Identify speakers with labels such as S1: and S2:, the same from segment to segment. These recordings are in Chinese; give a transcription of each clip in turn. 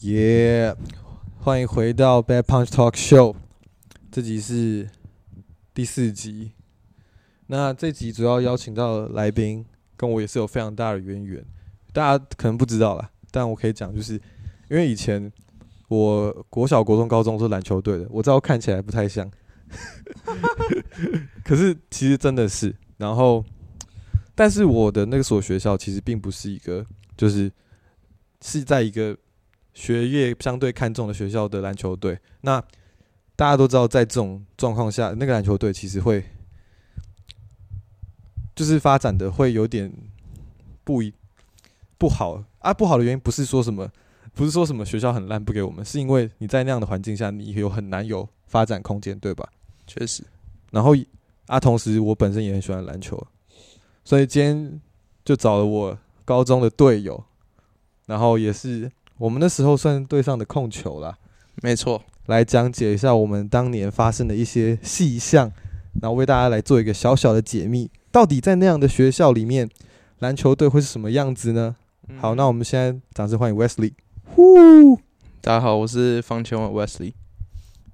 S1: 耶、欢迎回到 Bad Punch Talk Show，这集是第四集。那这集主要邀请到的来宾跟我也是有非常大的渊源，大家可能不知道啦，但我可以讲，就是因为以前我国小、国中、高中是篮球队的，我知道看起来不太像， 可是其实真的是。然后，但是我的那个所学校其实并不是一个，就是是在一个学业相对看重的学校的篮球队。那大家都知道，在这种状况下，那个篮球队其实会就是发展的会有点不一不好啊。不好的原因不是说什么，不是说什么学校很烂不给我们，是因为你在那样的环境下，你有很难有发展空间，对吧？
S2: 确实，
S1: 然后啊，同时我本身也很喜欢篮球，所以今天就找了我高中的队友，然后也是我们那时候算队上的控球啦，
S2: 没错，
S1: 来讲解一下我们当年发生的一些细项，然后为大家来做一个小小的解密，到底在那样的学校里面，篮球队会是什么样子呢？好，那我们现在掌声欢迎 Wesley。呼，
S2: 大家好，我是方千万 Wesley。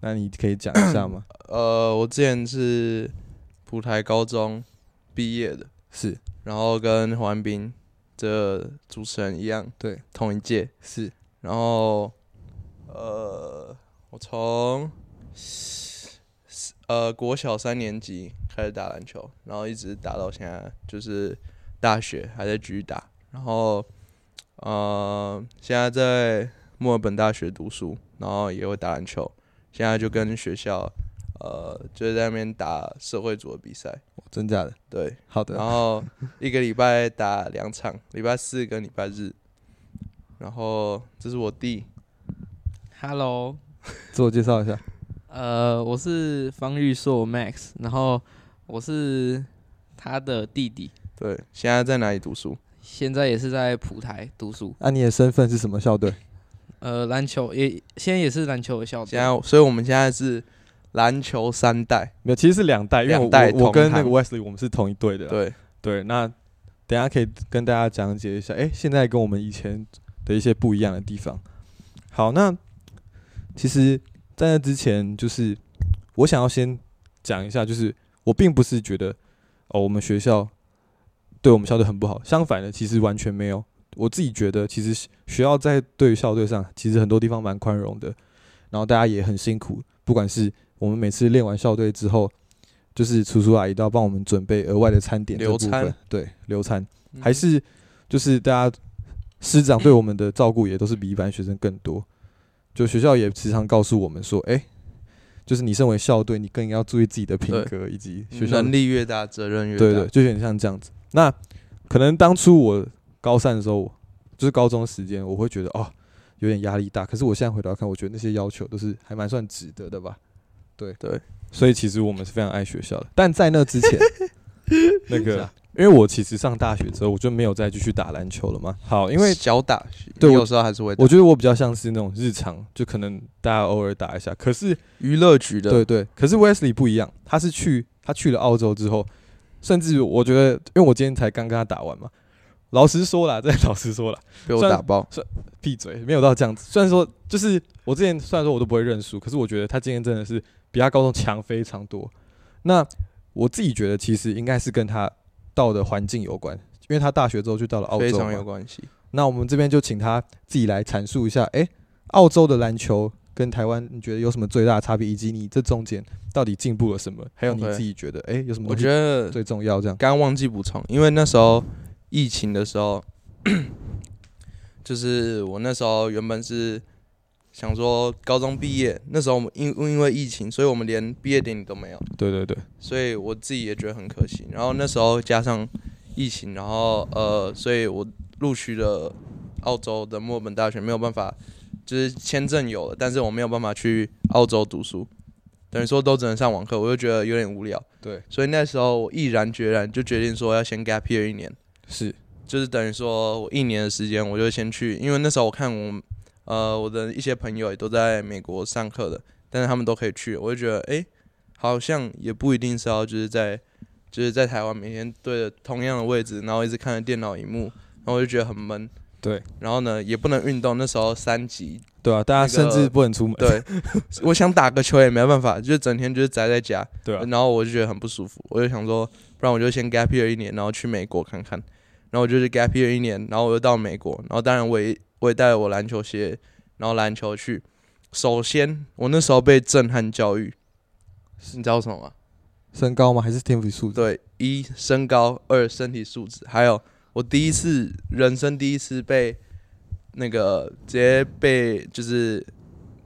S1: 那你可以讲一下吗？
S2: 呃，我之前是普台高中毕业的，
S1: 是
S2: 然后跟黄安斌这主持人一样，
S1: 对，
S2: 同一届。
S1: 是，
S2: 然后，呃，我从呃国小三年级开始打篮球，然后一直打到现在，就是大学还在继续打。然后，呃，现在在墨尔本大学读书，然后也会打篮球。现在就跟学校，呃，就是在那边打社会组的比赛。
S1: 真假的？
S2: 对，
S1: 好
S2: 然
S1: 的，
S2: 后一个礼拜打两场，礼拜四跟礼拜日。然后这是我弟，
S3: Hello，
S1: 自我介绍一下。
S3: 呃，我是方玉硕 Max，然后我是他的弟弟，
S2: 对，现在在哪里读书？
S3: 现在也是在普台读书，
S1: 啊那、你的身份是什么校队？
S3: 呃，篮球也现在也是篮球的校
S2: 现
S3: 队，
S2: 在，所以我们现在是篮球三代，
S1: 没有，其实是两代，因为我
S2: 两代
S1: 我我跟
S2: 同
S1: 那个
S2: 堂
S1: Wesley 我们是同一队的啦。
S2: 对，
S1: 对，啊那等一下可以跟大家讲解一下，哎、现在跟我们以前的一些不一样的地方。好，那其实在那之前，就是我想要先讲一下，就是我并不是觉得哦，我们学校对我们校队很不好，相反的，其实完全没有。我自己觉得，其实学校在对于校队上，其实很多地方蛮宽容的，然后大家也很辛苦，不管是我们每次练完校队之后，就是叔叔阿姨都要帮我们准备额外的餐点这
S2: 留
S1: 部
S2: 餐
S1: 分，对，留餐。还是就是大家师长对我们的照顾也都是比一般学生更多。就学校也时常告诉我们说，哎、就是你身为校队，你更应该要注意自己的品格以及学校的
S2: 嗯能力越大，责任越大。
S1: 对对，就有点像这样子。那可能当初我高三的时候，就是高中时间，我会觉得哦，有点压力大。可是我现在回头看，我觉得那些要求都是还蛮算值得的吧。对
S2: 对，
S1: 所以其实我们是非常爱学校的。但在那之前，那个因为我其实上大学之后，我就没有再继续打篮球了嘛。好，因为
S2: 小打，
S1: 对我
S2: 有时候还是会打。
S1: 我觉得我比较像是那种日常，就可能大家偶尔打一下。可是
S2: 娱乐局的，
S1: 对对，可是 Wesley 不一样，他是去他去了澳洲之后，甚至我觉得，因为我今天才刚跟他打完嘛，老实说啦，真的老实说啦，
S2: 被我
S1: 算
S2: 打爆。
S1: 闭嘴，没有到这样子。虽然说就是我之前虽然说我都不会认输，可是我觉得他今天真的是比他高中强非常多。那我自己觉得其实应该是跟他到的环境有关，因为他大学之后就到了澳
S2: 非
S1: 洲
S2: 常
S1: 嘛
S2: 有关系。
S1: 那我们这边就请他自己来阐述一下，诶，澳洲的篮球跟台湾，你觉得有什么最大的差别，以及你这中间到底进步了什么？还有你
S2: OK
S1: 自己觉得，诶，有什么
S2: 我
S1: 东西
S2: 觉得
S1: 最重要？这样
S2: 刚刚忘记补充，因为那时候疫情的时候， 就是我那时候原本是想说高中毕业，那时候我们因因为疫情，所以我们连毕业典礼都没有，
S1: 对对对，
S2: 所以我自己也觉得很可惜。然后那时候加上疫情，然后呃，所以我录取了澳洲的墨尔本大学，没有办法，就是签证有了，但是我没有办法去澳洲读书，等于说都只能上网课，我就觉得有点无聊。
S1: 对
S2: 所以那时候我毅然决然就决定说要先 gap year 一年，
S1: 是
S2: 就是等于说我一年的时间我就先去，因为那时候我看我呃我的一些朋友也都在美国上课的，但是他们都可以去，我就觉得诶，好像也不一定是要就是在就是在台湾每天对着同样的位置，然后一直看着电脑荧幕，然后我就觉得很闷，
S1: 对
S2: 然后呢也不能运动，那时候三级，
S1: 对啊，大家
S2: 那
S1: 甚
S2: 个
S1: 至不能出门，
S2: 对，我想打个球也没办法，就整天就是宅在家，
S1: 对啊，
S2: 然后我就觉得很不舒服，我就想说，不然我就先 gap year 一年，然后去美国看看。然后我就是 gap year 一年，然后我又到美国，然后当然我也我也带了我篮球鞋，然后篮球去。首先，我那时候被震撼教育，你知道什么吗？
S1: 身高吗？还是天赋素质？
S2: 对，一身高，二身体素质，还有我第一次人生第一次被那个直接被就是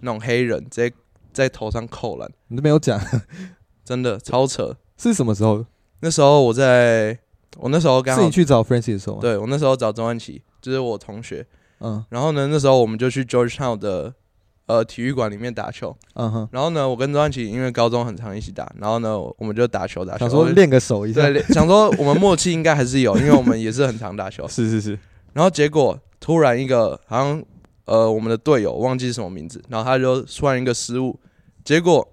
S2: 那种黑人直接在头上扣篮，
S1: 你都没有讲
S2: 真的超扯。
S1: 是什么时候？
S2: 那时候我在，我那时候刚
S1: 是
S2: 好
S1: 你去找 f r a n c i s 的时候吗？，
S2: 对我那时候找钟安琪，就是我同学。
S1: 嗯
S2: 然后呢，那时候我们就去 Georgetown 的呃体育馆里面打球。
S1: 嗯哼，
S2: 然后呢，我跟钟安琪因为高中很常一起打，然后呢，我们就打球打球。
S1: 想说
S2: 我就
S1: 练个手一下，
S2: 对，想说 我们默契应该还是有，因为我们也是很常打球。
S1: 是是是，
S2: 然后结果突然一个好像呃我们的队友忘记什么名字，然后他就突然一个失误，结果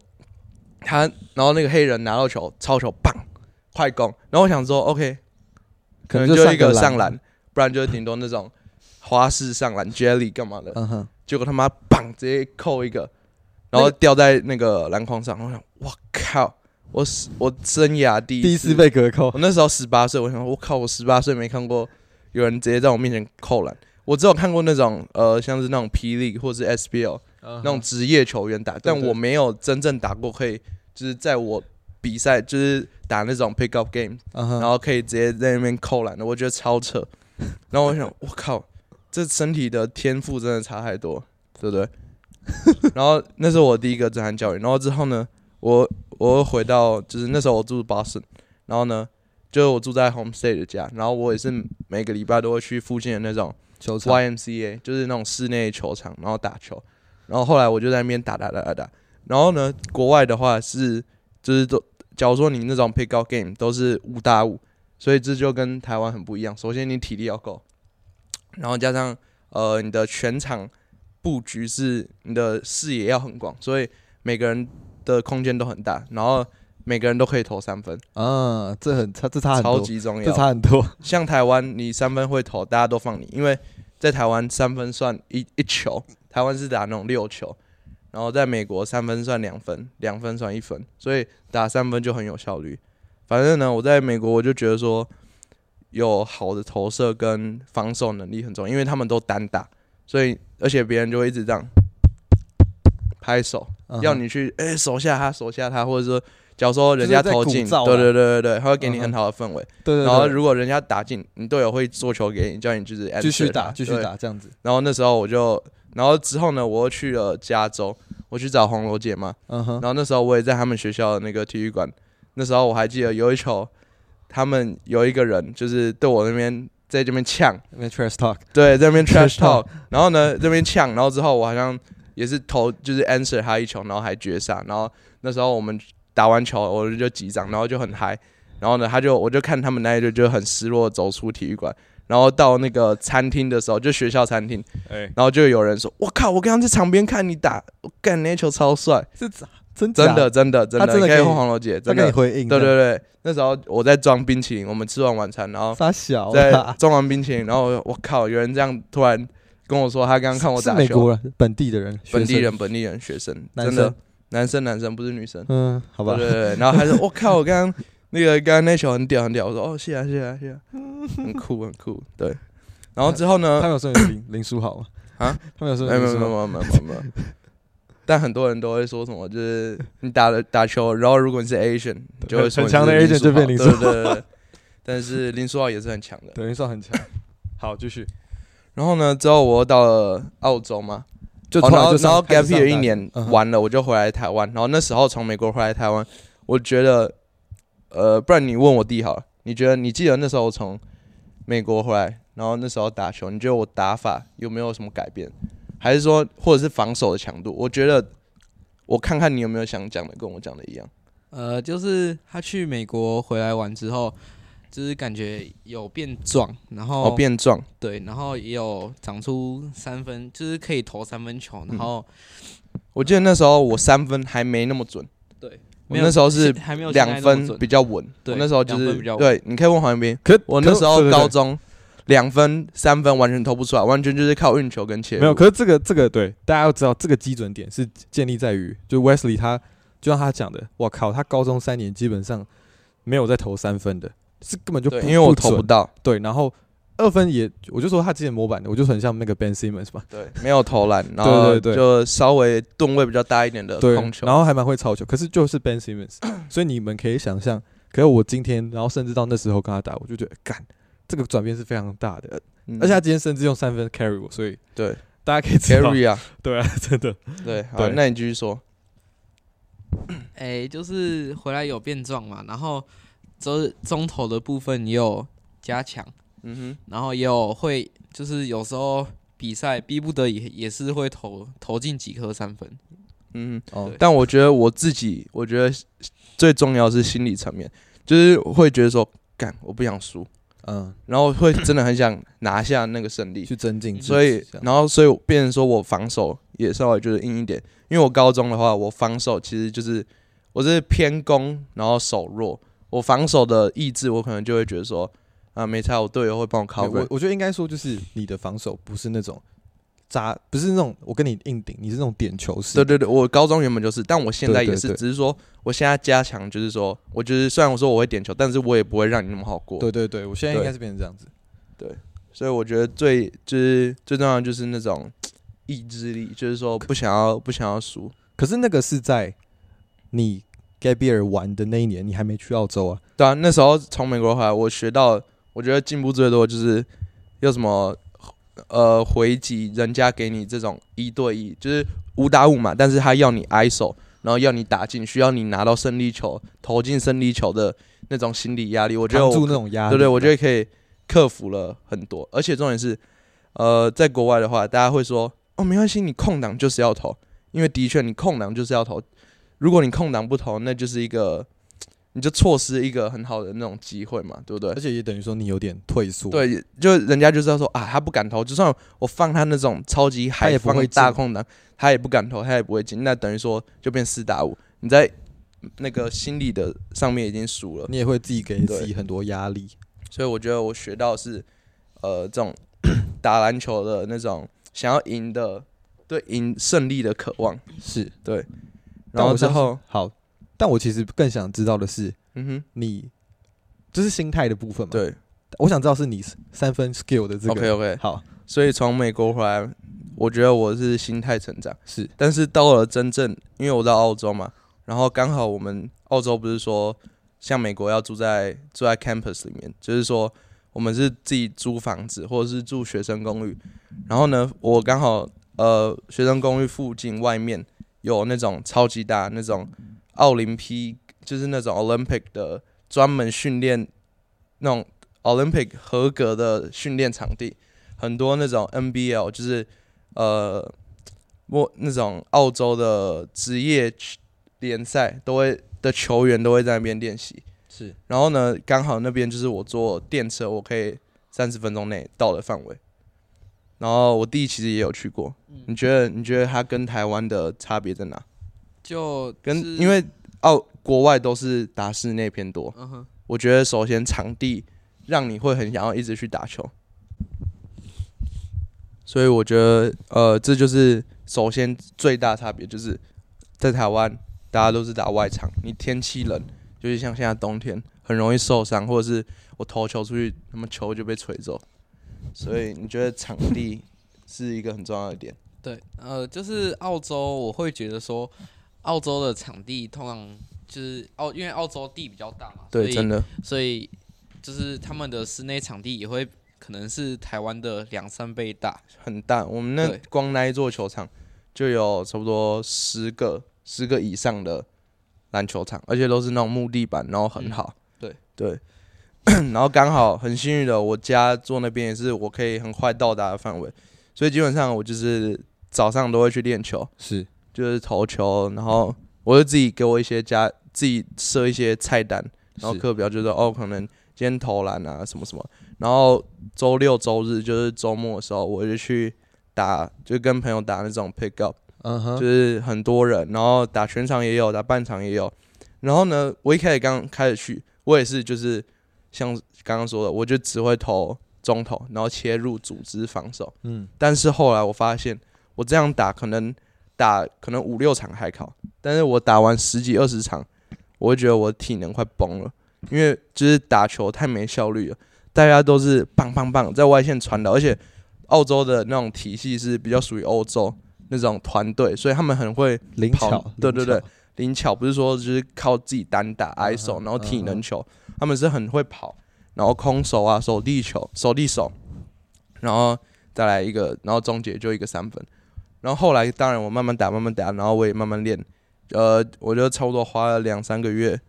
S2: 他然后那个黑人拿到球抄球，棒快攻，然后我想说 OK，可能
S1: 就
S2: 就
S1: 上
S2: 一个上
S1: 篮
S2: 篮，，不然就是顶多那种花式上篮 jelly 干嘛的，
S1: 嗯哼，
S2: 结果他妈棒直接扣一个，然后掉在那个篮筐上，我想我靠，我死我生涯第一嗯
S1: 第一次被隔扣，
S2: 我那时候十八岁，我想说我靠，我十八岁没看过有人直接在我面前扣篮。我只有看过那种呃，像是那种霹雳或是 SBL
S1: 那
S2: 那种职业球员打，但
S1: 嗯对
S2: 我没有真正打过，可以就是在我比赛就是打那种 pick up game，
S1: 嗯哼，
S2: 然后可以直接在那边扣篮的，我觉得超扯。 然后我想，我靠，这身体的天赋真的差太多，对 不对？然后那是我第一个震撼教育。然后之后呢，我我又回到就是那时候我住 Boston，然后呢，就是我住在 homestay 的家，然后我也是每个礼拜都会去附近的那种
S1: 球场
S2: YMCA，就是那种室内球场，然后打球。然后后来我就在那边打打打打打。然后呢，国外的话是就是都，假如说你那种 pick up game 都是五打五，所以这就跟台湾很不一样。首先你体力要够，然后加上呃你的全场布局是你的视野要很广，所以每个人的空间都很大，然后每个人都可以投三分，
S1: 啊，这很差，这差很
S2: 超
S1: 多，
S2: 级重
S1: 这
S2: 要。
S1: 差很多，
S2: 像台湾，你三分会投，大家都放你，因为在台湾三分算一一球，台湾是打那种六球，然后在美国三分算两分，两分算一分，所以打三分就很有效率。反正呢，我在美国我就觉得说，有好的投射跟防守能力很重要，因为他们都单打，所以而且别人就会一直这样拍手，
S1: 嗯哼
S2: 要你去哎、手下他，手下他，或者说假如说人
S1: 就是
S2: 家
S1: 在
S2: 投
S1: 鼓
S2: 进，
S1: 噪啦
S2: 对对对对对，他会给你
S1: 嗯哼
S2: 很好的氛围。
S1: 对对，
S2: 然后
S1: 对
S2: 如果人家打进，你队友会做球给你，叫你就是
S1: 继续
S2: answer
S1: 打，
S2: 他
S1: 继续。
S2: 对
S1: 打这样子，
S2: 然后那时候我就，然后之后呢，我又去了加州，我去找红楼姐嘛。
S1: 嗯哼
S2: 然，后那时候我也在他们学校的那个体育馆，那时候我还记得有一球，他们有一个人就是对我那边在这边呛，
S1: 那边 trash talk，
S2: 对，在那边
S1: Trash
S2: trash
S1: talk
S2: talk，然后呢这边呛，然后之后我好像也是投就是 answer 他一球，然后还绝杀，然后那时候我们打完球，我就击掌，然后就很嗨，然后呢他就我就看他们那一队就很失落地走出体育馆，然后到那个餐厅的时候，就学校餐厅，
S1: 哎，
S2: 然后就有人说，我靠，我刚刚在场边看你打，我干那球超帅，
S1: 是真真假
S2: 真的真的真
S1: 他
S2: 的，
S1: 真的
S2: 你可
S1: 给
S2: 以
S1: 你
S2: 问黄楼姐，
S1: 他
S2: 真
S1: 跟你
S2: 的，
S1: 回应，
S2: 对对对，那时候我在装冰淇淋，我们吃完晚餐，然后
S1: 傻小啊
S2: 在
S1: 啦，
S2: 中完冰淇淋，然后我我靠，有人这样突然跟我说，他刚刚看我
S1: 是
S2: 打
S1: 美
S2: 球，
S1: 国人本地的人，学
S2: 本地
S1: 生，
S2: 人本地人学生，
S1: 男
S2: 真
S1: 生
S2: 的男生男生不是女生，
S1: 嗯，好吧
S2: 对，对对。然后他说我靠，我刚刚那个刚刚那球很屌很屌，我说哦谢啊谢啊谢啊，很酷很酷，对。然后之后
S1: 他
S2: 呢，
S1: 们有说你林林书豪吗？
S2: 啊，
S1: 他们有说
S2: 没
S1: 你
S2: 有
S1: 林
S2: 没
S1: 书
S2: 有没
S1: 豪吗，
S2: 有没有没有没有。但很多人都会说什么，就是你打了打球，然后如果你是 Asian，你就会说
S1: 很
S2: 你
S1: 强的
S2: 是
S1: Asian 就变林
S2: 书
S1: 书
S2: 豪对对对对。但是林书豪也是很强的，
S1: 对，林书豪很强，好，继续，
S2: 然后呢，之后我又到了澳洲嘛，
S1: 就
S2: 哦
S1: 突
S2: 然后
S1: 就
S2: 然后
S1: 上
S2: gap
S1: 开始上
S2: year 一
S1: 大学
S2: 年
S1: 嗯哼
S2: 完了，我就回来台湾。然后那时候从美国回来台湾，我觉得，呃，不然你问我弟好了，你觉得你记得那时候我从美国回来，然后那时候打球，你觉得我打法有没有什么改变，还是说或者是防守的强度？我觉得，我看看你有没有想讲的跟我讲的一样。
S3: 呃，就是他去美国回来玩之后，就是感觉有变壮，然后
S2: 哦，变壮，
S3: 对，然后也有长出三分，就是可以投三分球，
S2: 嗯
S3: 然后、
S2: 我记得那时候我三分还没那么准，
S3: 对，
S2: 我
S3: 没有
S2: 那时候是
S3: 现还没有现在
S2: 两
S3: 那么
S2: 分
S3: 准
S2: 比较稳。
S3: 对
S2: 我那时候就
S3: 两
S2: 是
S3: 分比较稳
S2: 对，你可以问黄彦斌。
S1: 可
S2: 我那时候高，中，两分、三分完全投不出来，完全就是靠运球跟切入。
S1: 没有，可是这个这个对大家要知道，这个基准点是建立在于，就 Wesley 他就像他讲的，我靠，他高中三年基本上没有在投三分的，是根本就不
S2: 对，因为我投
S1: 不
S2: 不
S1: 准
S2: 到，
S1: 对，然后二分也，我就说他之前模板的，我就很像那个 Ben Simmons 嘛，
S2: 对，没有投篮，然后
S1: 对对
S2: 就稍微吨位比较大一点的
S1: 对
S2: 呃控，球。
S1: 然后还蛮会抄球，可是就是 Ben Simmons，所以你们可以想象，可是我今天，然后甚至到那时候跟他打，我就觉得干。这个转变是非常大的，
S2: 嗯
S1: 而且他今天甚至用三分 carry 我，所以
S2: 对
S1: 大家可以知道
S2: carry 啊，
S1: 对啊，真的，
S2: 对，好，
S1: 对
S2: 那你继续说。
S3: 哎、就是回来有变壮嘛，然后就是中投的部分也有加强，
S2: 嗯
S3: 然后也有会，就是有时候比赛逼不得已也是会投投进几颗三分。
S2: 哼，嗯哼，
S1: 哦
S3: 对
S2: 但我觉得我自己，我觉得最重要的是心理层面，就是会觉得说，干，我不想输，
S1: 嗯，
S2: 然后会真的很想拿下那个胜利。
S1: 去增进自己，
S2: 所以，
S1: 这样
S2: 然后，所以我变成说我防守也稍微就是硬一点，因为我高中的话，我防守其实就是我是偏攻，然后守弱。我防守的意志，我可能就会觉得说，啊，没差，我队友会帮我
S1: 对我
S2: cover。
S1: 我觉得应该说，就是你的防守不是那种扎，不是那种我跟你硬顶，你是那种点球式。
S2: 对对对，我高中原本就是，但我现在
S1: 对对
S2: 也是，
S1: 对
S2: 只是说我现在加强，就是说，我就是虽然我说我会点球，但是我也不会让你那么好过。
S1: 对对对我现在
S2: 对
S1: 应该是变成这样子。
S2: 所以我觉得最就是最重要的就是那种意志力，就是说不想要不想要输。
S1: 可是那个是在你 Gabriel 玩的那一年，你还没去澳洲啊？
S2: 对啊，那时候从美国回来，我学到我觉得进步最多就是有什么呃回击人家给你这种一对一，就是五打五嘛，但是他要你 ISO，然后要你打进，需要你拿到胜利球、投进胜利球的那种心理压力。我觉得
S1: 扛
S2: 我
S1: 住那种压力，
S2: 对对，我觉
S1: 得
S2: 得可以克服了很多。而且重点是，呃，在国外的话，大家会说哦，没关系，你空档就是要投，因为的确你空档就是要投。如果你空档不投，那就是一个你就错失一个很好的那种机会嘛，对不对
S1: 而？且也等于说你有点退缩。，
S2: 对，就人家就知道说啊，他不敢投，就算我放他那种超级
S1: 他也
S2: 海
S1: 不会
S2: 放大
S1: 进
S2: 空档，他也不敢投，他也不会进。那等于说就变四打五，你在那个心理的上面已经输了。
S1: 你也会自己给自己很多压力。
S2: 所以我觉得我学到的是，呃，这种 打篮球的那种想要赢的，对赢胜利的渴望。
S1: 是，
S2: 然
S1: 但
S2: 后
S1: 我
S2: 之
S1: 相信
S2: 后，
S1: 好，但我其实更想知道的是
S2: 嗯哼，
S1: 你。就是心态的部分嘛。，
S2: 对、
S1: 我想知道是你三分 skill 哦的这个。
S2: o k OK。
S1: 好，
S2: 所以从美国回来，我觉得我是心态成长，
S1: 是
S2: 但是到了真正，因为我在澳洲嘛，然后刚好我们澳洲不是说像美国要住在住在 campus 里面，就是说我们是自己租房子或者是住学生公寓，然后呢，我刚好呃学生公寓附近外面有那种超级大那种奥林匹，就是那种 Olympic 的专门训练那种 Olympic 合格的训练场地，很多那种 NBL 就是呃我那种澳洲的职业球联赛都会的球员都会在那边练习。
S1: 是，
S2: 然后呢，刚好那边就是我坐电车，我可以三十分钟内到的范围。然后我弟其实也有去过，你觉得你觉得他跟台湾的差别在哪？
S3: 就
S2: 跟
S3: 是
S2: 因为澳国外都是打室内偏多，
S3: 嗯哼，
S2: 我觉得首先场地让你会很想要一直去打球，所以我觉得呃，这就是首先最大差别，就是在台湾大家都是打外场，你天气冷，就是像现在冬天，很容易受伤，或者是我投球出去，那么球就被吹走，所以你觉得场地是一个很重要的点？
S3: 对，呃，就是澳洲，我会觉得说，澳洲的场地通常就是澳，因为澳洲地比较大嘛，
S2: 对，真
S3: 的，
S2: 的，
S3: 所以就是他们的室内场地也会可能是台湾的两三倍大，
S2: 很大，我们那
S3: 对
S2: 光那一座球场就有差不多十个、十个以上的篮球场，而且都是那种木地板，然后很好。
S3: 对
S2: 对 然后刚好很幸运的，我家住那边也是我可以很快到达的范围，所以基本上我就是早上都会去练球，
S1: 是，
S2: 就是投球，然后我就自己给我一些加自己设一些菜单，然后
S1: 是
S2: 课表就是哦，可能今天投篮啊什么什么，然后周六周日就是周末的时候，我就去打，就跟朋友打那种 pick up，、
S1: 嗯
S2: 就
S1: 哼，
S2: 是很多人，然后打全场也有，打半场也有。然后呢，我一开始刚开始去，我也是就是像刚刚说的，我就只会投中投，然后切入组织防守。
S1: 嗯，
S2: 但是后来我发现，我这样打可能打可能五六场还好，但是我打完十几二十场，我会觉得我体能快崩了，因为就是打球太没效率了，大家都是棒棒棒在外线传导，而且澳洲的那种体系是比较属于欧洲那种团队，所以他们很会
S1: 灵
S2: 跑
S1: 巧，
S2: 对
S1: 灵
S2: 对
S1: 巧，
S2: 对
S1: 嗯
S2: 灵巧，不是说就是靠自己单打 ISO，、然后体能球，他们是很会跑，然后空手啊、手递球、手递手，然后再来一个，然后终结就一个三分。然后后来当然我慢慢打，慢慢打，然后我也慢慢练，呃，我就差不多花了两三个月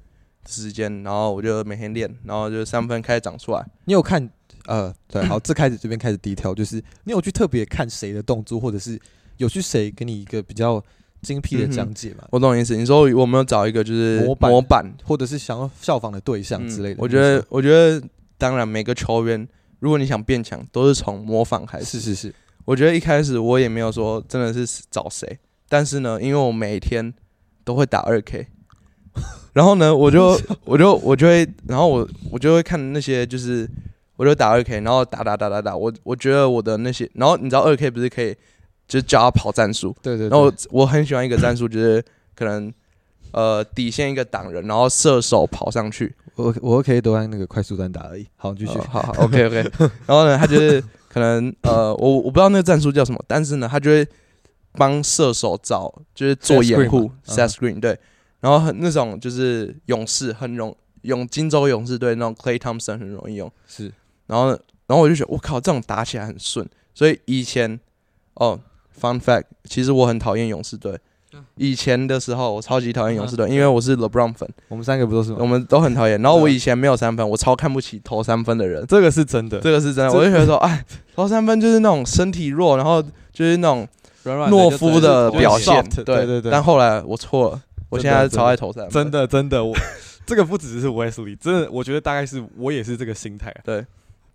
S2: 时间，然后我就每天练，然后就三分开始长出来。
S1: 你有看呃，对，好，这开始这边开始低调，就是你有去特别看谁的动作，或者是有去谁给你一个比较精辟的
S2: 嗯哼
S1: 讲解嘛，
S2: 我懂你意思，你说我没有找一个就是
S1: 模板
S2: 模板
S1: 或者是想要效仿的对象之类
S2: 嗯
S1: 的。
S2: 我觉得，我觉得当然每个球员，如果你想变强，都是从模仿开
S1: 还
S2: 始。
S1: 是是是，
S2: 我觉得一开始我也没有说真的是找谁，但是呢，因为我每天都会打 二 K，然后呢，我就我就我就会，然后我我就会看那些就是，我就打二 K，然后打打打打打，我我觉得我的那些，然后你知道二 K 不是可以就是教他跑战术，
S1: 对对对。
S2: 然后我很喜欢一个战术，就是可能呃底线一个挡人，然后射手跑上去，
S1: 我我可以都按那个快速单打而已。好，继续。
S2: 哦好好，OK OK。然后呢，他就是可能呃，我我不知道那个战术叫什么，但是呢，他就会帮射手找就是做
S1: Set
S2: 掩
S1: screen
S2: 护
S1: 嘛嗯
S2: ，set screen 对。然后很那种就是勇士很容勇，金州勇士队那种 Clay Thompson 很容易用。
S1: 是
S2: 然后呢，然后我就觉得我靠，这种打起来很顺。所以以前哦，Fun fact，其实我很讨厌勇士队
S3: 嗯。
S2: 以前的时候，我超级讨厌勇士队，因为我是 LeBron 粉，
S1: 我们三个不都是
S2: 我
S1: 吗？
S2: 们都很讨厌。然后我
S1: 嗯
S2: 以前没有三分，我超看不起投三分的人。
S1: 这个是真的，
S2: 这个是真的，
S1: 这
S2: 我就觉得说，哎，投三分就是那种身体弱，然后就是那种
S3: 软
S1: 啊
S3: 软
S2: 懦夫的表现，
S1: 就是 soft，对对
S2: 对
S1: 对
S2: 但后来我错了，我现在超爱投三分，
S1: 真。的真的， 我这个不只是 Wesley，真的，我觉得大概是我也是这个心态啊。
S2: 对，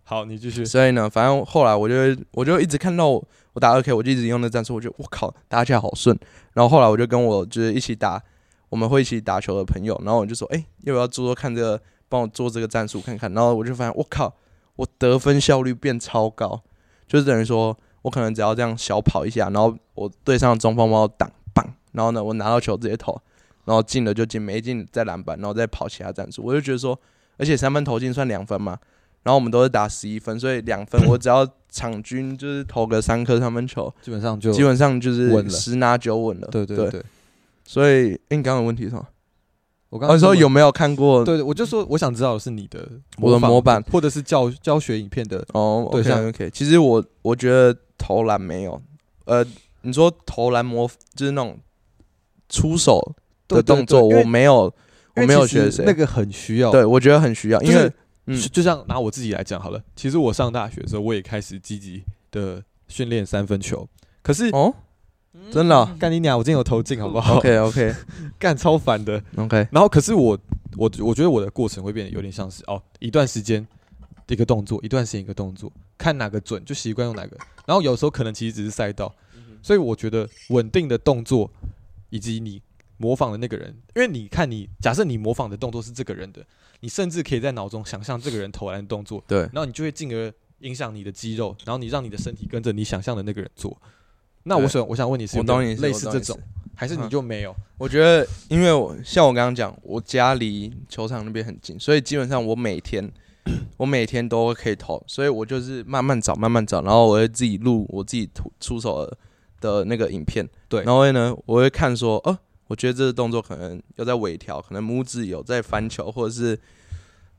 S1: 好，你继续。
S2: 所以呢，反正后来我就我就一直看到我我打二 K，我就一直用那战术，我觉得我靠，打起来好顺。然后后来我就跟我就是一起打，我们会一起打球的朋友，然后我就说，哎，要不要做做看这个，帮我做这个战术看看？然后我就发现，我靠，我得分效率变超高，就是等于说我可能只要这样小跑一下，然后我对上中锋帮我挡棒，然后呢，我拿到球直接投，然后进了就进，没进再篮板，然后再跑其他战术。我就觉得说，而且三分投进算两分嘛，然后我们都是打十一分，所以 两分我只要场均就是投个三颗三分球，
S1: 基本上就
S2: 基本上就
S1: 稳
S2: 是
S1: 了
S2: 十拿九稳了。
S1: 对对对。
S2: 所以，诶你刚刚有问题是什么？
S1: 我刚
S2: 哦，
S1: 刚
S2: 你说有没有看过？
S1: 对，对我就说我想知道的是你的
S2: 呃我的模板
S1: 或者是教教学影片的
S2: 哦，
S1: 对像
S2: o k 其实我我觉得投篮没有，呃，你说投篮模就是那种出手的动作，我没有，我没有学谁
S1: 那个很需要。
S2: 对我觉得很需要，因为
S1: 就
S2: 嗯
S1: 是，就就像拿我自己来讲好了，其实我上大学的时候，我也开始积极的训练三分球，可是
S2: 哦，
S1: 嗯
S2: 真的哦
S1: 干你娘，我今天有投进好不好？
S2: ，OK OK
S1: 干超烦的。
S2: OK，
S1: 然后可是我我我觉得我的过程会变得有点像是哦，一段时间一个动作，一段时间一个动作，看哪个准就习惯用哪个。然后有时候可能其实只是赛道，
S3: 嗯
S1: 所以我觉得稳定的动作以及你模仿的那个人，因为你看你假设你模仿的动作是这个人的，你甚至可以在脑中想象这个人投篮的动作，
S2: 对
S1: 然后你就会进而影响你的肌肉，然后你让你的身体跟着你想象的那个人做。那我
S2: 对嗯
S1: 想我想问你是有
S2: 我
S1: 没有
S2: 懂你意思
S1: 类似
S2: 我
S1: 这
S2: 懂你意思
S1: 种，还是你就没有？
S2: 我觉得，因为我像我刚刚讲，我家离球场那边很近，所以基本上我每天我每天都可以投，所以我就是慢慢找，慢慢找，然后我会自己录我自己出出手的的那个影片，
S1: 对
S2: 然后呢，我会看说，哦、我觉得这个动作可能要再微调，可能拇指有在翻球，或者是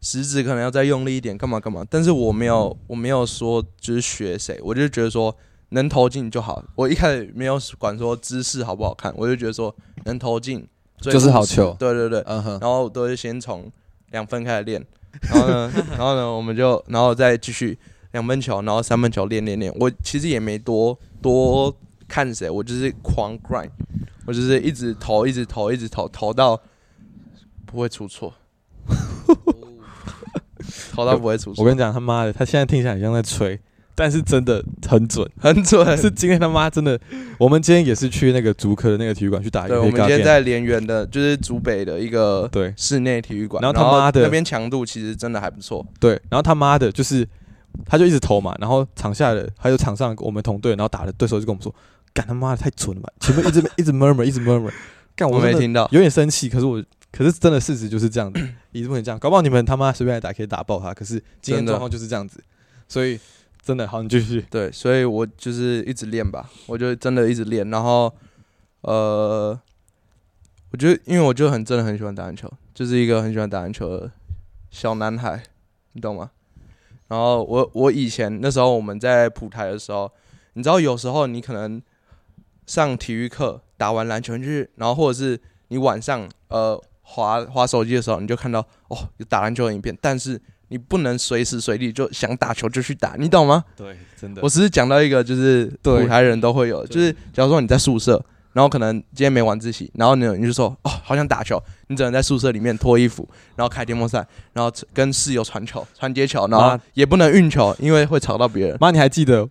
S2: 食指可能要再用力一点，干嘛干嘛，但是我没有，我没有说就是学谁，我就觉得说。能投进就好。我一开始没有管说姿势好不好看，我就觉得说能投进最
S1: 就是
S2: 务
S1: 好
S2: 实
S1: 球
S2: 对对对，
S1: 嗯哼，
S2: 然后我都是先从两分开 始练，然后呢，然后呢，我们就然后再继续两分球，然后三分球练练练。我其实也没多多看谁，我就是狂 grind，我就是一直投，一直投，一直投，投到不会出错， 投到不会出
S1: 我
S2: 错，
S1: 跟你讲，他妈的，他现在听起来很像在吹，但是真的很准。
S2: 很 准。
S1: 是今天他妈真的，我们今天也是去那个足科的那个体育馆去打一
S2: 对，
S1: 个
S2: 我
S1: 黑
S2: 们今
S1: 咖
S2: 天
S1: 啡。
S2: 在联园的，就是竹北的一个
S1: 对
S2: 室内体育馆，
S1: 然
S2: 然
S1: 后他妈的
S2: 那边强度其实真的还不错。
S1: 对，然后他妈的，就是他就一直投嘛，然后场下的还有场上我们同队，然后打的对手就跟我们说：“干他妈的太蠢了吧！”前面一直 一直 murmur，一直 murmur，干
S2: 我
S1: 真
S2: 没
S1: 的
S2: 听到。
S1: 有点生气，可是我可是真的事实就是这样子，一定不能这样，搞不好你们他妈随便来打可以打爆他，可是今天
S2: 真的
S1: 状况就是这样子，所以真的好，你继 续，
S2: 对，所以我就是一直练吧，我就真的一直练。然后，呃，我觉得，因为我就很真的很喜欢打篮球，就是一个很喜欢打篮球的小男孩，你懂吗？然后我我以前那时候我们在普台的时候，你知道有时候你可能上体育课打完篮球你去，然后或者是你晚上呃滑滑手机的时候，你就看到哦有打篮球的影片，但是你不能随时随地就想打球就去打，你懂吗？
S1: 对，真的
S2: 我只是讲到一个，就是
S1: 对
S2: 舞台人都会有，
S1: 对
S2: 就是假如说你在宿舍，然后可能今天没晚自习，然后你你就说哦，好想打球，你只能在宿舍里面脱衣服，然后开电风扇，然后跟室友传球、传接球，然后
S1: 妈
S2: 也不能运球，因为会吵到别人。
S1: 妈，你还记得？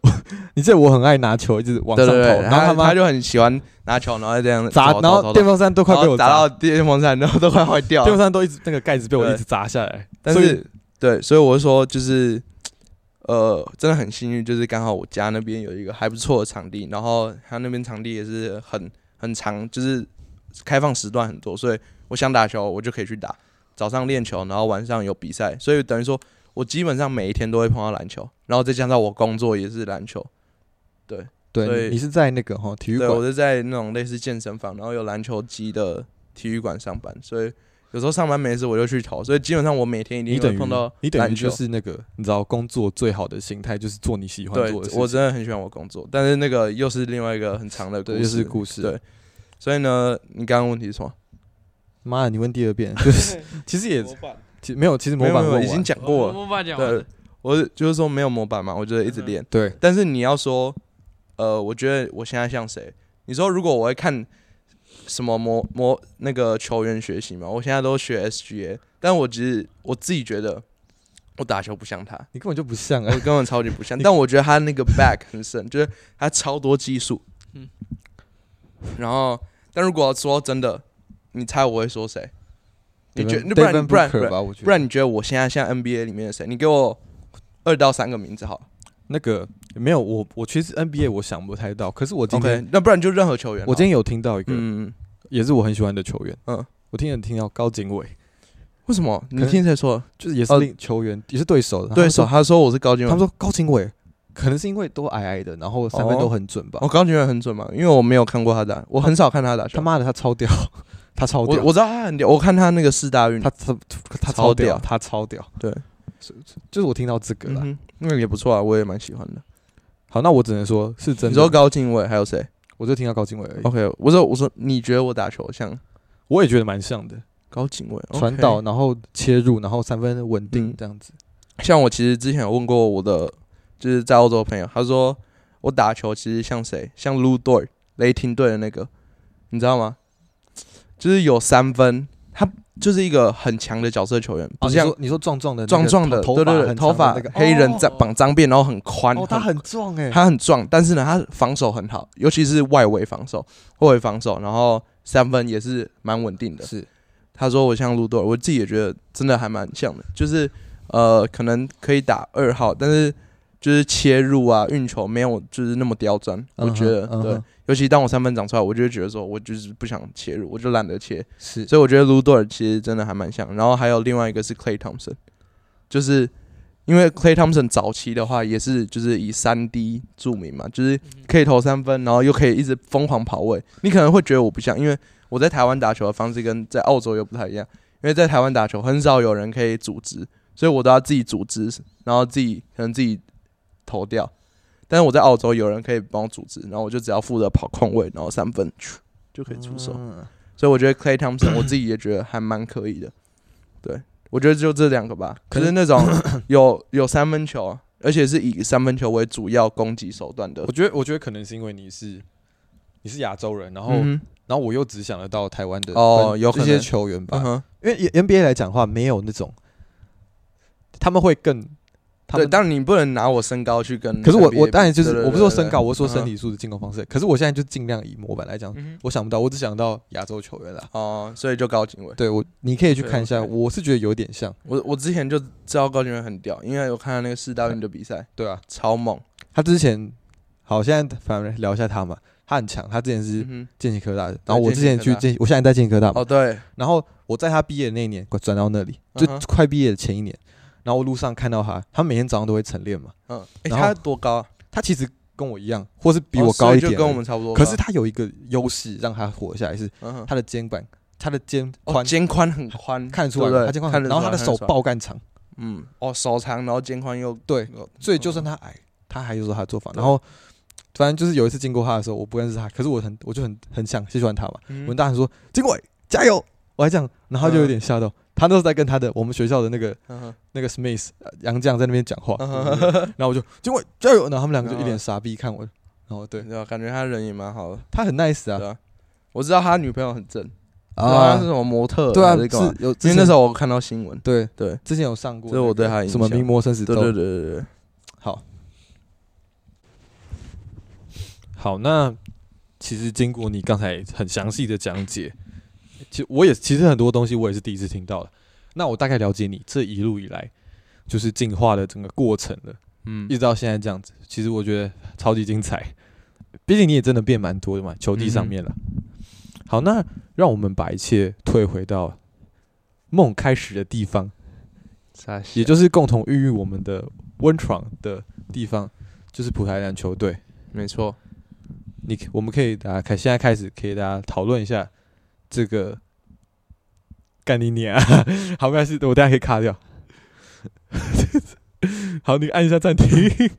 S1: 你记得我很爱拿球，一直往
S2: 对
S1: 上投，
S2: 对对，
S1: 然后
S2: 他
S1: 他妈
S2: 他就很喜欢拿球，然后这样
S1: 砸，然
S2: 投投
S1: 后
S2: 投
S1: 电风扇都快被
S2: 然
S1: 我
S2: 后
S1: 砸
S2: 砸到电风扇，然后都快坏掉
S1: 电风。
S2: 了
S1: 扇都一直那个盖子被我
S2: 对
S1: 一直砸下来，
S2: 但
S1: 所以
S2: 是对，所以我是说就是，呃，真的很幸运，就是刚好我家那边有一个还不错的场地，然后他那边场地也是很很长，就是开放时段很多，所以我想打球我就可以去打，早上练球，然后晚上有比赛，所以等于说我基本上每一天都会碰到篮球，然后再加上我工作也是篮球，所
S1: 对，
S2: 以
S1: 你你是在那个哈体育
S2: 对我
S1: 馆，
S2: 是在那种类似健身房，然后有篮球机的体育馆上班，所以。有时候上班没事我就去投，所以基本上我每天一
S1: 你
S2: 定
S1: 等
S2: 会
S1: 于
S2: 碰到
S1: 你等于
S2: 篮球
S1: 就是那个你知道工作最好的形态就是做你喜欢
S2: 对
S1: 做的，事
S2: 我
S1: 情，
S2: 真的很喜欢我工作，但是那个又是另外一个很长的故
S1: 对，
S2: 事，
S1: 又是故事，
S2: 对所以呢，你刚刚问题是什么？
S1: 妈的，你问第二遍，就是其实也其实没有，其实模
S2: 没有
S1: 板
S2: 没有，
S1: 问
S2: 已经
S1: 完
S2: 讲过了。
S3: 我爸讲完
S2: 对
S3: 了，，
S2: 我是就是说没有模板嘛，我就是一直
S3: 嗯哼
S2: 练。
S1: 对
S2: 但是你要说，呃，我觉得我现在像谁？你说如果我会看什么模模那个球员学习嘛，我现在都学 SGA，但我只是我自己觉得我打球不像他，
S1: 你根本就不像啊
S2: 我，根本超级不像。但我觉得他那个 back 很深，就是他超多技术。
S3: 嗯
S2: 然后，但如果要说真的，你猜我会说谁？你觉
S1: Devin-
S2: 得不然
S1: Devin
S2: 不然不
S1: Booker
S2: 然
S1: 吧，我觉
S2: 不
S1: 得
S2: 然你觉得我现在像 NBA 里面的谁？你给我二到三个名字好了。
S1: 那个没有我我其实 NBA 我想不太到，可是我今
S2: OK，
S1: 天
S2: 那不然就任何球员好了。
S1: 我今天有听到一个
S2: 嗯，
S1: 也是我很喜欢的球员，嗯
S2: 嗯，
S1: 我听人听到高景伟，
S2: 为什么？你
S1: 能
S2: 听谁说？
S1: 就是也是
S2: 哦
S1: 另球员也是对手，然后
S2: 对
S1: 他
S2: 手，
S1: 说
S2: 他说我是高金
S1: 他们
S2: 文。
S1: 说高景伟可能是因为都矮矮的，然后三分
S2: 哦
S1: 都很准吧
S2: 哦，，高金文很准嘛，因为我没有看过他打，我很少看他打球。
S1: 他妈的他超屌， 他超
S2: 我
S1: 屌，
S2: 我知道他很屌，我看他那个四大运，
S1: 他他他
S2: 超
S1: 超屌，
S2: 屌
S1: 他超屌，
S2: 对
S1: 所以，就是我听到这个
S2: 嗯
S1: 啦。
S2: 哼那个也不错啊，我也蛮喜欢的。
S1: 好，那我只能说哦是真
S2: 你说
S1: 的，
S2: 高进伟还有谁
S1: 我就听到高景伟而已，
S2: ？OK，我说我说你觉得我打球像
S1: 我也觉得蛮像的。
S2: 高进伟
S1: 传，导，然后切入，然后三分稳定
S2: 嗯
S1: 这样子。
S2: OK 像我其实之前有问过我的就是在澳洲的朋友，他说我打球其实像谁？像 Lou Dort 雷霆队的那个，你知道吗？就是有三分，他就是一个很强的角色球员，不
S1: 哦，你
S2: 像
S1: 说你说壮壮的那个
S2: 壮壮的，
S1: 头
S2: 对对对，头发
S1: 发很长的那个
S2: 黑人在
S3: 哦
S2: 绑脏辫，然后很宽，
S1: 哦，他很壮哎，
S2: 他很壮，但是呢，他防守很好，尤其是外围防守，外围防守，然后三分也是蛮稳定的。
S1: 是
S2: 他说我像路多尔，我自己也觉得真的还蛮像的，就是呃，可能可以打二号，但是就是切入啊、运球没有就是那么刁钻，我觉得、
S1: 嗯哼嗯
S2: 对
S1: 哼。
S2: 尤其当我三分长出来，我就会觉得说，我就是不想切入，我就懒得切，
S1: 是
S2: 所以我觉得卢多尔其实真的还蛮像。然后还有另外一个是 Clay Thompson，就是因为 Clay Thompson 早期的话也是就是以三 D 著名嘛，就是可以投三分，然后又可以一直疯狂跑位。你可能会觉得我不像，因为我在台湾打球的方式跟在澳洲又不太一样，因为在台湾打球很少有人可以组织，所以我都要自己组织，然后自己可能自己投掉。但是我在澳洲有人可以帮我组织，然后我就只要负责跑空位，然后三分 咻就可以出手。
S1: 嗯
S2: 所以我觉得 Clay Thompson 我自己也觉得还蛮可以的。对，我觉得就这两个吧。
S1: 可
S2: 可
S1: 是
S2: 是那种 有有三分球，而且是以三分球为主要攻击手段的
S1: 我，觉得我觉得可能是因为你是你是亚洲人，然后
S2: 嗯
S1: 然后我又只想得到台湾的
S2: 哦
S1: 本
S2: 有
S1: 这
S2: 可
S1: 些
S2: 能
S1: 球员
S2: 哼，嗯
S1: 吧，
S2: 哼，
S1: 因为 NBA 来讲的话，没有那种他们会更他
S2: 对，
S1: 们
S2: 当然你不能拿我身高去跟 NBA 比。
S1: 可是我我当然就
S2: 对
S1: 是我不是说身高，我是说身。
S2: 对对对嗯
S1: 体素质、进攻方式。可是我现在就尽量以模板来讲，
S2: 嗯哼
S1: 我想不到，我只想到亚洲球员啦。
S2: 哦，所以就高景伟，
S1: 对我，你可以去
S2: 对
S1: 看一下，
S2: ，OK
S1: 我是觉得有点像，
S2: 我我之前就知道高景伟很屌，因为我看到那个世大运的比赛
S1: 对啊，
S2: 超猛。
S1: 他之前好，现在反正聊一下他嘛，他很强，他之前是
S2: 嗯
S1: 建行科大的，
S2: 对
S1: 然后我之前去
S2: 建行科大
S1: 建，我现在在建行科大
S2: 哼，
S1: 嘛，
S2: 哦对，
S1: 然后我在他毕业的那一年转到那里，就
S2: 嗯哼
S1: 快毕业的前一年，然后我路上看到他，他每天早上都会晨练嘛，
S2: 嗯，诶，
S1: 然后
S2: 他多高啊？
S1: 他其实跟我一样，或是比我
S2: 哦所
S1: 高
S2: 以
S1: 一点而已，
S2: 就跟我们差不多高。
S1: 可是他有一个优势让他活下来是
S2: 嗯哼，
S1: 他的肩膀，他的肩
S2: 哦
S1: 宽。
S2: 肩宽很宽，
S1: 看得出来
S2: 对
S1: 嘛，
S2: 不对
S1: 他肩宽
S2: 看
S1: 很，
S2: 得
S1: 然后
S2: 出
S1: 他
S2: 来
S1: 的手，
S2: 看得出来
S1: 爆干长，
S2: 嗯，哦手长，然后肩宽又
S1: 对，所以就
S2: 嗯
S1: 算他矮，他还有时候他的做法。然后，反正就是有一次经过他的时候，我不认识他，可是我很我就很很想喜欢他嘛。
S2: 嗯
S1: 文大人说：“经纬加油！”我还这样，然后他就有点吓到。他那时候在跟他的我们学校的那个
S2: 嗯哼
S1: 那个 Smith 呃杨绛在那边讲话，
S2: 嗯
S1: 然后我就经纬加油，然后他们两个就一
S2: 然后
S1: 脸傻逼看我。然后对
S2: 对吧？感觉他人也蛮好的，
S1: 他很 nice
S2: 对
S1: 啊
S2: 啊。我知道他女朋友很正，啊，是
S1: 啊
S2: 什，么模特？
S1: 对啊，
S2: 还是干嘛
S1: 是有
S2: 因为那时
S1: 候
S2: 候我看到新闻，
S1: 对
S2: 对，
S1: 之前有上过
S2: 这
S1: 那
S2: 是
S1: 个，
S2: 我对他的印
S1: 什
S2: 象。
S1: 么名模生死
S2: 对
S1: 斗，
S2: 对对对对，
S1: 好，好，那其实经过你刚才很详细的讲解，其实我也其实很多东西我也是第一次听到的。那我大概了解你这一路以来就是进化的整个过程了，
S2: 嗯
S1: 一直到现在这样子，其实我觉得超级精彩。毕竟你也真的变蛮多的嘛，球技上面了。好，那让我们把一切退回到梦开始的地方，
S2: 啥？
S1: 也就是共同孕育我们的温床的地方，就是普台篮球队。
S2: 没错，
S1: 你我们可以大家开现在开始可以大家讨论一下这个干你娘， 好没关系，我等一下可以卡掉。好，你按一下暂停。